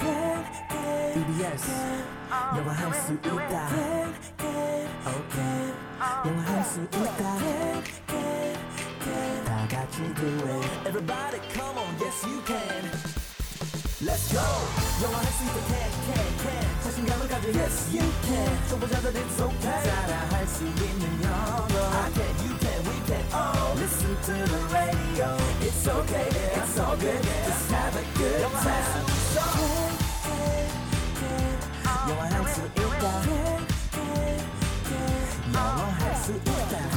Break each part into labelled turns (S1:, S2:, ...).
S1: E yes 영화할 수 있다 E okay 영화할 수 있다 다 같이 do it everybody come on yes you can Let's go 영화할 수 있다 can E can can 자신감을 가져 yes you can 초보자들 it's okay 따라할 수 있는 영어 I can you can we can all listen to the radio it's okay yeah, it's all good just have a good time 영화할 수 있다 영화할 수 있다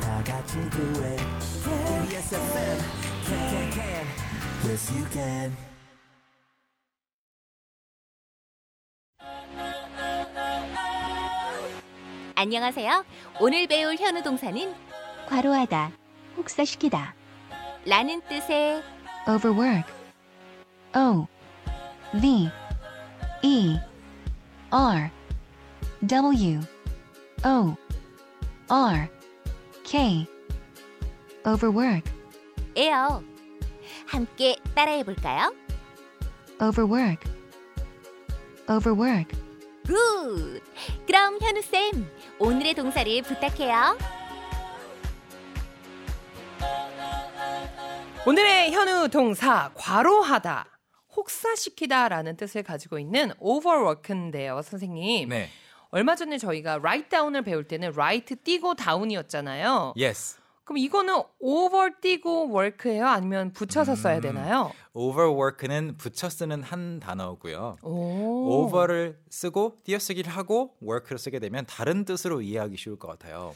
S1: 다 같이 do it KBS FM can can can yes you can
S2: 안녕하세요. 오늘 배울 현우 동사는
S3: 과로하다, 혹사시키다,
S2: 라는 뜻의
S3: overwork. O V E R W O R K overwork,
S2: 에요. 함께 따라해 볼까요?
S3: overwork, overwork.
S2: 굿! 그럼 현우쌤, 오늘의 동사를 부탁해요.
S4: 오늘의 현우 동사 과로하다 혹사시키다라는 뜻을 가지고 있는 overwork인데요, 선생님.
S5: 네.
S4: 얼마 전에 저희가 write down을 배울 때는 write 띄고 down이었잖아요.
S5: Yes.
S4: 그럼 이거는 over 띄고 work예요, 아니면 붙여서
S5: 음.
S4: 써야 되나요?
S5: Overwork는 붙여 쓰는 한 단어고요.
S4: 오.
S5: over를 쓰고 띄어쓰기를 하고 work를 쓰게 되면 다른 뜻으로 이해하기 쉬울 것 같아요.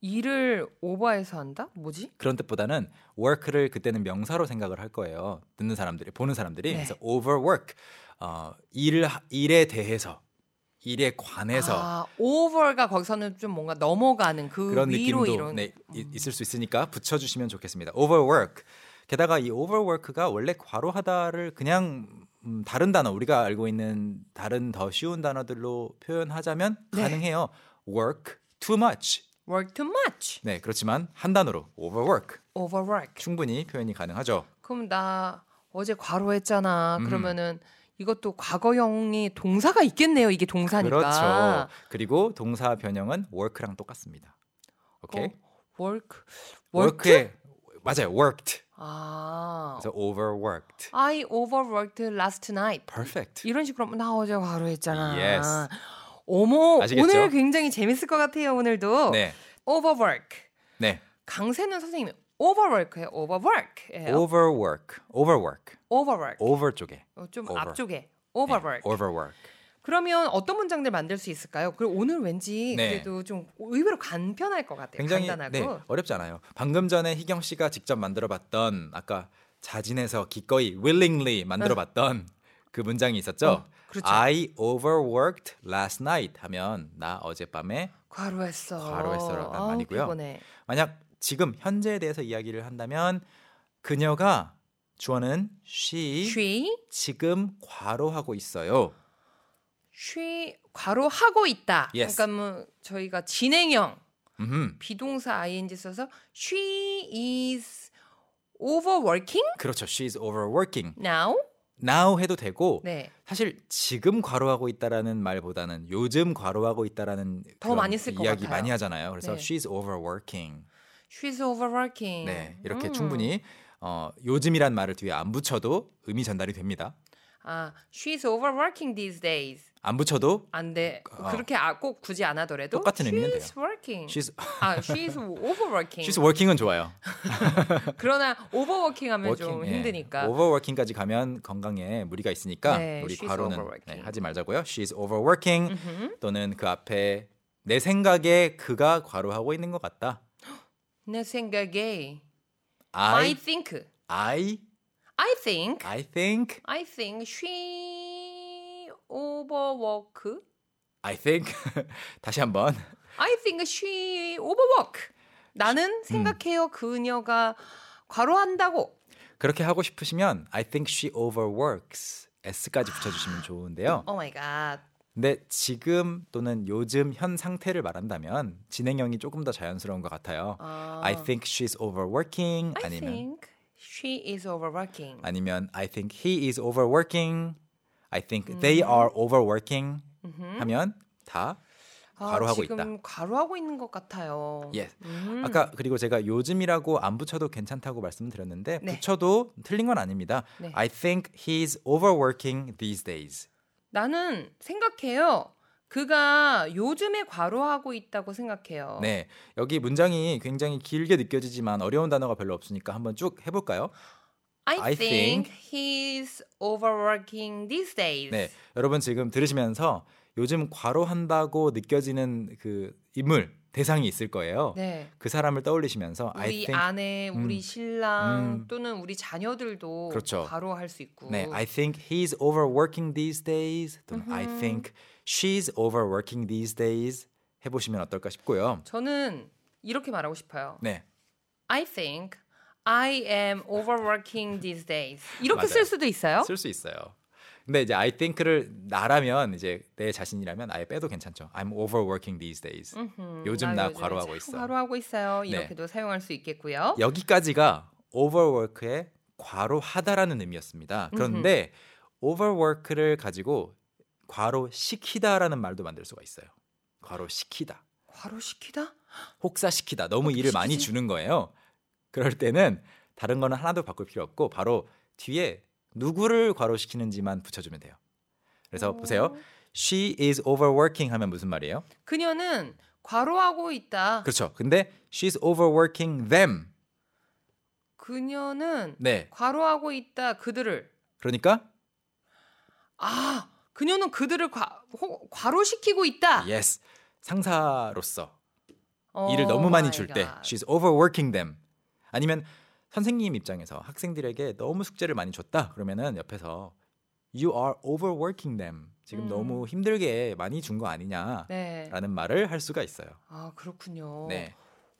S4: 일을 오버해서 한다? 뭐지?
S5: 그런 뜻보다는 work를 그때는 명사로 생각을 할 거예요. 듣는 사람들이 보는 사람들이
S4: 네.
S5: 그래서 overwork 어, 일을 하- 일에 대해서 일에 관해서
S4: 아, over가 거기서는 좀 뭔가 넘어가는 그
S5: 그런
S4: 위로
S5: 느낌도
S4: 이런 음.
S5: 네, 이- 있을 수 있으니까 붙여주시면 좋겠습니다. overwork. 게다가 이 overwork가 원래 과로하다를 그냥 음, 다른 단어 우리가 알고 있는 다른 더 쉬운 단어들로 표현하자면
S4: 네.
S5: 가능해요. work too much.
S4: work too much,
S5: 네, 그렇지만 한 단어로 overwork
S4: overwork.
S5: 충분히 표현이 가능하죠.
S4: 그럼 나 어제 과로했잖아.
S5: 음.
S4: 그러면은 이것도 과거형이 동사가 있겠네요. 이게 동사니까.
S5: 그렇죠. 그리고 동사 변형은 work랑 똑같습니다. 오케이.
S4: 어, work. work.
S5: work에 맞아요. worked.
S4: 아.
S5: 그래서 overworked.
S4: I overworked last night.
S5: perfect.
S4: 이런 식으로 하면 나 어제 과로했잖아.
S5: Yes.
S4: 어머,
S5: 아시겠죠?
S4: 오늘 굉장히 재밌을 것 같아요. 오늘도
S5: 네.
S4: overwork.
S5: 네. 강세는
S4: 강세는 선생님 overwork예요. overwork예요.
S5: overwork. overwork.
S4: overwork.
S5: over 쪽에.
S4: 어, 좀
S5: over.
S4: 앞쪽에
S5: 네,
S4: overwork.
S5: overwork.
S4: 그러면 어떤 문장들 만들 수 있을까요? 그리고 오늘 왠지
S5: 네.
S4: 그래도 좀 의외로 간편할 것 같아요.
S5: 굉장히
S4: 간단하고.
S5: 네, 어렵지 않아요. 방금 전에 희경 씨가 직접 만들어 봤던 아까 자진해서 기꺼이 willingly 만들어 봤던 그 문장이 있었죠.
S4: 어, 그렇죠.
S5: I overworked last night 하면 나 어젯밤에
S4: 과로했어.
S5: 과로했어라는
S4: 아우,
S5: 말이고요.
S4: 피곤해.
S5: 만약 지금 현재에 대해서 이야기를 한다면 그녀가 주어는 she,
S4: she
S5: 지금 과로하고 있어요.
S4: she 과로하고 있다.
S5: Yes.
S4: 그러니까 뭐 저희가 진행형
S5: 음흠,
S4: 비동사 ing 써서 she is overworking
S5: 그렇죠. She's overworking.
S4: now.
S5: Now 해도 되고
S4: 네.
S5: 사실 지금 과로하고 있다라는 말보다는 요즘 과로하고 있다라는
S4: 더
S5: 그런
S4: 많이 쓸것
S5: 이야기
S4: 같아요.
S5: 많이 하잖아요. 그래서
S4: 네.
S5: she's overworking.
S4: she's overworking.
S5: 네, 이렇게
S4: 음.
S5: 충분히 어, 요즘이란 말을 뒤에 안 붙여도 의미 전달이 됩니다.
S4: 아, she's overworking these days.
S5: 안 붙여도
S4: 안 돼.
S5: 어.
S4: 그렇게 아, 꼭 굳이 안 하더라도
S5: 똑같은 의미는 돼요.
S4: she's working.
S5: she's
S4: 아, she's overworking.
S5: she's working은 좋아요.
S4: 그러나 오버워킹하면 좀
S5: 예.
S4: 힘드니까.
S5: 오버워킹까지 가면 건강에 무리가 있으니까
S4: 네,
S5: 우리
S4: she's
S5: 과로는
S4: overworking.
S5: 네, 하지 말자고요. She's overworking 또는 그 앞에 내 생각에 그가 과로하고 있는 것 같다.
S4: 내 생각에 I,
S5: I
S4: think,
S5: I
S4: I think,
S5: I think
S4: I think she overwork.
S5: I think 다시 한번
S4: I think she overwork.
S5: 음.
S4: 나는 생각해요 그녀가 과로한다고.
S5: 그렇게 하고 싶으시면 I think she overworks S까지 붙여주시면 좋은데요.
S4: Oh my god.
S5: 근데 지금 또는 요즘 현 상태를 말한다면 진행형이 조금 더 자연스러운 것 같아요.
S4: 아.
S5: I think she's overworking
S4: I
S5: 아니면
S4: think she is overworking.
S5: 아니면 I think he is overworking. I think they are overworking 하면 다
S4: 아,
S5: 과로하고
S4: 지금
S5: 있다.
S4: 과로하고 있는 것 같아요.
S5: 예.
S4: 음.
S5: 아까 그리고 제가 요즘이라고 안 붙여도 괜찮다고 말씀드렸는데
S4: 네.
S5: 붙여도 틀린 건 아닙니다.
S4: 네.
S5: I think he's overworking these days.
S4: 나는 생각해요. 그가 요즘에 과로하고 있다고 생각해요.
S5: 네. 여기 문장이 굉장히 길게 느껴지지만 어려운 단어가 별로 없으니까 한번 쭉 해볼까요?
S4: I,
S5: I
S4: think,
S5: think
S4: he's overworking these days.
S5: 네. 여러분 지금 들으시면서 요즘 과로한다고 느껴지는 그 인물 대상이 있을 거예요.
S4: 네.
S5: 그 사람을 떠올리시면서 I
S4: 우리
S5: think
S4: 아내, 우리 신랑
S5: 음.
S4: 또는 우리 자녀들도
S5: 그렇죠.
S4: 과로할 수 있고.
S5: 네, I think he's overworking these days. 또는 I think she's overworking these days 해보시면 어떨까 싶고요.
S4: 저는 이렇게 말하고 싶어요.
S5: 네,
S4: I think I am overworking these days. 이렇게
S5: 맞아요.
S4: 쓸 수도 있어요?
S5: 쓸 수 있어요. 근데 이제 I think를 나라면 이제 내 자신이라면 아예 빼도 괜찮죠. I'm overworking these days. 요즘 나
S4: 음, 아, 요즘에
S5: 과로하고
S4: 참
S5: 있어.
S4: 과로하고 있어요. 이렇게도 사용할 수 있겠고요.
S5: 여기까지가 overwork의 과로하다라는 의미였습니다. 그런데 overwork를 가지고 과로시키다라는 말도 만들 수가 있어요. 과로시키다.
S4: 과로시키다?
S5: 혹사시키다. 너무 일을 많이
S4: 시키지?
S5: 주는 거예요. 그럴 때는 다른 거는 하나도 바꿀 필요 없고 바로 뒤에 누구를 과로시키는지만 붙여주면 돼요. 그래서 보세요. She is overworking 하면 무슨 말이에요?
S4: 그녀는 과로하고 있다.
S5: 그렇죠. 근데 she's overworking them.
S4: 그... 녀는
S5: 네.
S4: 과로하고 있다. 그들을.
S5: 그러니까
S4: 아, 그녀는 그들을 과, 호- 과로시키고 있다.
S5: yes 상사로서
S4: 어,
S5: 예, 일을 너무 많이
S4: my
S5: 줄 때
S4: God.
S5: she's overworking them. 아니면 선생님 입장에서 학생들에게 너무 숙제를 많이 줬다. 그러면은 옆에서 you are overworking them. 지금
S4: 음.
S5: 너무 힘들게 많이 준 거 아니냐라는
S4: 네.
S5: 말을 할 수가 있어요.
S4: 아, 그렇군요.
S5: 네.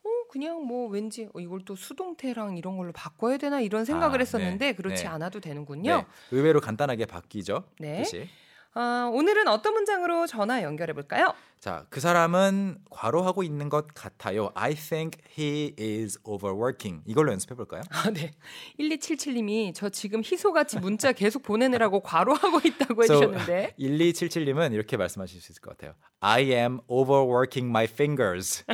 S4: 어, 그냥 뭐 왠지 어, 이걸 또 수동태랑 이런 걸로 바꿔야 되나 이런 생각을
S5: 아,
S4: 했었는데
S5: 네,
S4: 그렇지
S5: 네.
S4: 않아도 되는군요.
S5: 네. 의외로 간단하게 바뀌죠.
S4: 네.
S5: 뜻이.
S4: 아, 오늘은 어떤 문장으로 전화 연결해 볼까요?
S5: 자, 그 사람은 과로하고 있는 것 같아요. I think he is overworking. 이걸로 연습해 볼까요?
S4: 아, 네. 1277님이 저 지금 희소같이 문자 계속 보내느라고 과로하고 있다고 해주셨는데
S5: 1277님은 이렇게 말씀하실 수 있을 것 같아요. I am overworking my fingers.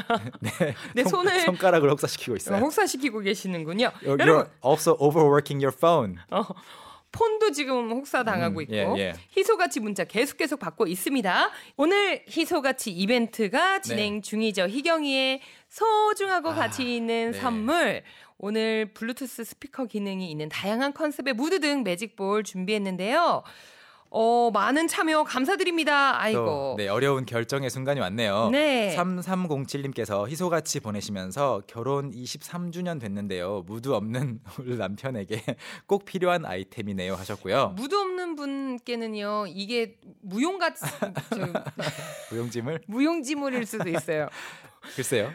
S5: 네,
S4: 내
S5: 손-
S4: 손을-
S5: 손가락을 혹사시키고
S4: 어,
S5: 있어요.
S4: 혹사시키고 계시는군요.
S5: You're,
S4: 여러분
S5: you're also overworking your phone.
S4: 어, 폰도 지금 혹사 당하고
S5: 음,
S4: 있고
S5: 예, 예.
S4: 희소같이 문자 계속 계속 받고 있습니다. 오늘 희소같이
S5: 네.
S4: 이벤트가 진행 중이죠. 희경이의 소중하고 가치 있는
S5: 아, 네.
S4: 선물. 오늘 블루투스 스피커 기능이 있는 다양한 컨셉의 무드 등 매직볼 준비했는데요. 어, 많은 참여 감사드립니다.
S5: 또,
S4: 아이고.
S5: 네, 어려운 결정의 순간이 왔네요.
S4: 네.
S5: 3307님께서 희소같이 보내시면서 결혼 23주년 됐는데요. 무드 없는 우리 남편에게 꼭 필요한 아이템이네요 하셨고요.
S4: 무드 없는 분께는요, 이게 무용가, 저,
S5: 무용짐을
S4: 무용지물일 수도 있어요.
S5: 글쎄요.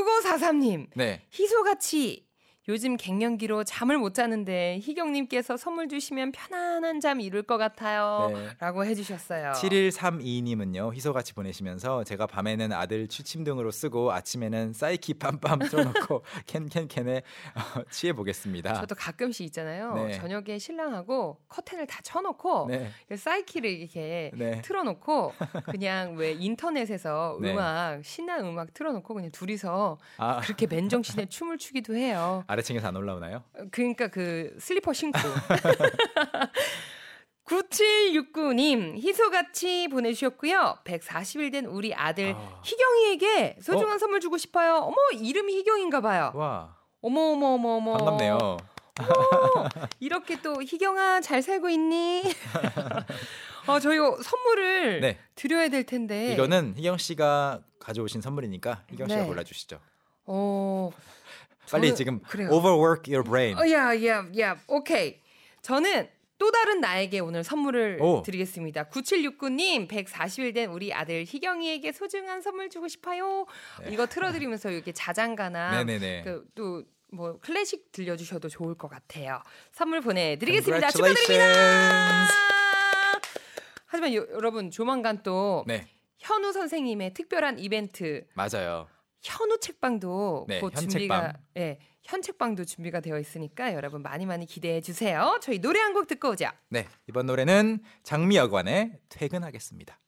S4: 6543님,
S5: 네.
S4: 희소같이 요즘 갱년기로 잠을 못 자는데 희경님께서 선물 주시면 편안한 잠 이룰 것 같아요.
S5: 네.
S4: 라고 해주셨어요.
S5: 7132님은요 희소같이 보내시면서 제가 밤에는 아들 취침 등으로 쓰고 아침에는 사이키 빰빰 틀어놓고 캔캔캔에 어, 취해 보겠습니다.
S4: 저도 가끔씩 있잖아요.
S5: 네.
S4: 저녁에 신랑하고 커튼을 다 쳐놓고
S5: 네,
S4: 사이키를 이렇게
S5: 네.
S4: 틀어놓고 그냥 왜 인터넷에서
S5: 네.
S4: 음악 신나는 음악 틀어놓고 그냥 둘이서
S5: 아
S4: 그렇게 맨정신에 춤을 추기도 해요.
S5: 아래층에서 안 올라오나요?
S4: 그러니까 그 슬리퍼 신고. 9769님 희소같이 보내주셨고요. 140일 된 우리 아들
S5: 아.
S4: 희경이에게 소중한 선물 주고 싶어요. 어머 이름이 희경인가 봐요.
S5: 와
S4: 어머 어머 어머 어머.
S5: 반갑네요.
S4: 이렇게 또 희경아 잘 살고 있니? 어 저희 선물을
S5: 네.
S4: 드려야 될 텐데.
S5: 이거는 희경 씨가 가져오신 선물이니까 희경 씨가
S4: 네.
S5: 골라주시죠.
S4: 어
S5: 빨리
S4: 저는-
S5: 지금
S4: 그래요.
S5: overwork your brain.
S4: 어, 야, 야, 야. 오케이. 저는 또 다른 나에게 오늘 선물을
S5: 오.
S4: 드리겠습니다. 9769님, 140일 된 우리 아들 희경이에게 소중한 선물 주고 싶어요. 이거 틀어드리면서 이렇게 자장가나
S5: 네. 네네네.
S4: 또 뭐 클래식 들려주셔도 좋을 것 같아요. 선물 보내드리겠습니다. 축하드립니다.
S5: Congratulations.
S4: 하지만 요- 여러분 조만간 또
S5: 네
S4: 현우 선생님의 특별한 이벤트
S5: 맞아요.
S4: 현우 책방도
S5: 네,
S4: 곧
S5: 현
S4: 준비가
S5: 책방.
S4: 예, 현 책방도 준비가 되어 있으니까 여러분 많이 많이 기대해 주세요. 저희 노래 한 곡 듣고 오죠.
S5: 네, 이번 노래는 장미여관의 퇴근하겠습니다.